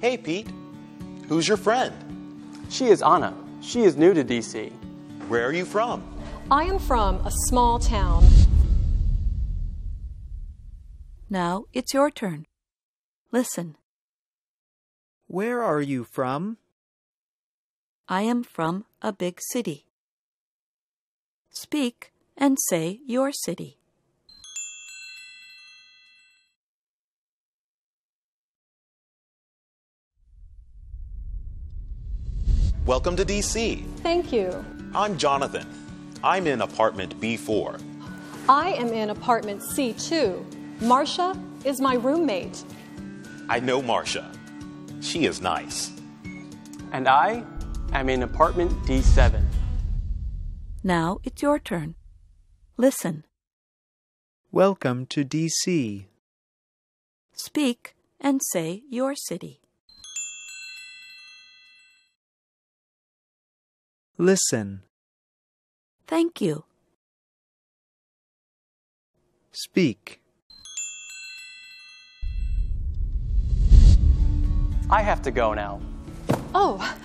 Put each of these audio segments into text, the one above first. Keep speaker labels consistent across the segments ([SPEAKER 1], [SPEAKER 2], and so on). [SPEAKER 1] Hey, Pete, who's your friend?
[SPEAKER 2] She is Anna. She is new to DC.
[SPEAKER 1] Where are you from?
[SPEAKER 3] I am from a small town.
[SPEAKER 4] Now it's your turn. Listen,
[SPEAKER 5] Where are you from?
[SPEAKER 4] I am from a big city. Speak and say your city.
[SPEAKER 1] Welcome to DC.
[SPEAKER 3] Thank you.
[SPEAKER 1] I'm Jonathan. I'm in apartment B4.
[SPEAKER 3] I am in apartment C2. Marcia is my roommate.
[SPEAKER 1] I know Marcia. She is nice.
[SPEAKER 2] And I am in apartment D7.
[SPEAKER 4] Now it's your turn. Listen,
[SPEAKER 5] Welcome to DC.
[SPEAKER 4] speak and say your city.
[SPEAKER 5] Listen.
[SPEAKER 4] Thank you.
[SPEAKER 5] Speak.
[SPEAKER 2] I have to go now.
[SPEAKER 3] Oh,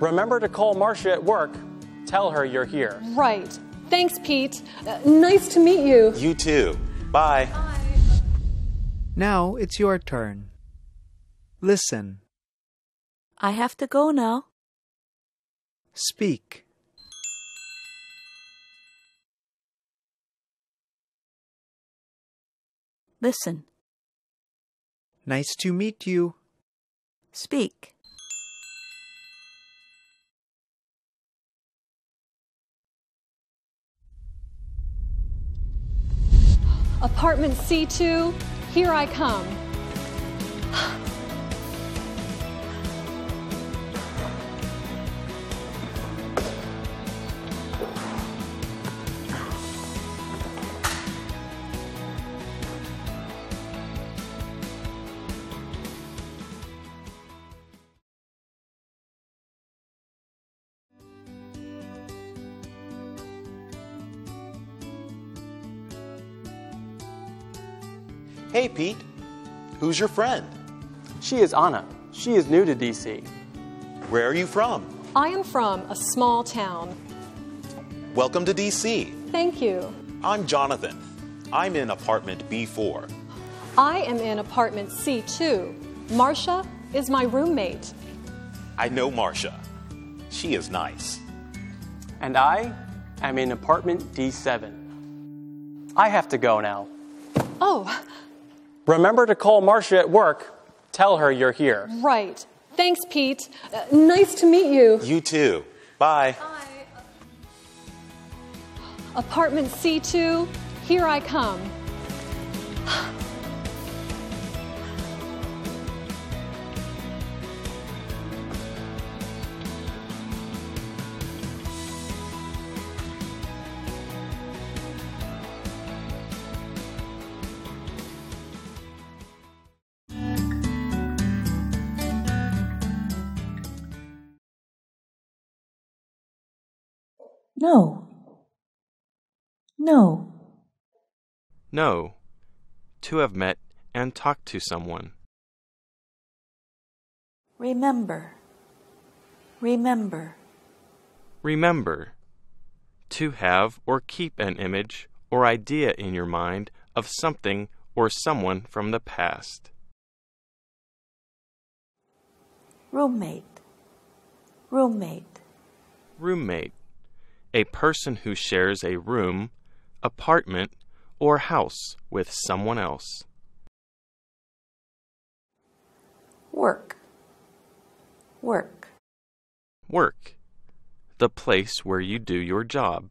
[SPEAKER 2] Remember to call Marcia at work. Tell her you're here.
[SPEAKER 3] right. Thanks, Pete. Uh, nice to meet you.
[SPEAKER 1] You too. Bye.
[SPEAKER 5] Now it's your turn. Listen.
[SPEAKER 4] I have to go now.
[SPEAKER 5] Speak.
[SPEAKER 4] Listen,
[SPEAKER 5] Nice to meet you.
[SPEAKER 4] speak.
[SPEAKER 3] Apartment C2, here I come.
[SPEAKER 1] Hey, Pete, who's your friend?
[SPEAKER 2] She is Anna. She is new to DC.
[SPEAKER 1] Where are you from?
[SPEAKER 3] I am from a small town.
[SPEAKER 1] Welcome to DC.
[SPEAKER 3] Thank you.
[SPEAKER 1] I'm Jonathan. I'm in apartment B4.
[SPEAKER 3] I am in apartment C2. Marcia is my roommate.
[SPEAKER 1] I know Marcia. She is nice.
[SPEAKER 2] And I am in apartment D7. I have to go now.
[SPEAKER 3] Oh,
[SPEAKER 2] Remember to call Marcia at work. Tell her you're here.
[SPEAKER 3] right. Thanks, Pete. Uh, nice to meet you.
[SPEAKER 1] You too. Bye.
[SPEAKER 3] Apartment C2, here I come.
[SPEAKER 4] No. No.
[SPEAKER 6] No. To have met and talked to someone.
[SPEAKER 4] Remember. Remember.
[SPEAKER 6] Remember. To have or keep an image or idea in your mind of something or someone from the past.
[SPEAKER 4] Roommate. Roommate.
[SPEAKER 6] Roommate. A person who shares a room, apartment, or house with someone else.
[SPEAKER 4] Work. Work.
[SPEAKER 6] Work. The place where you do your job.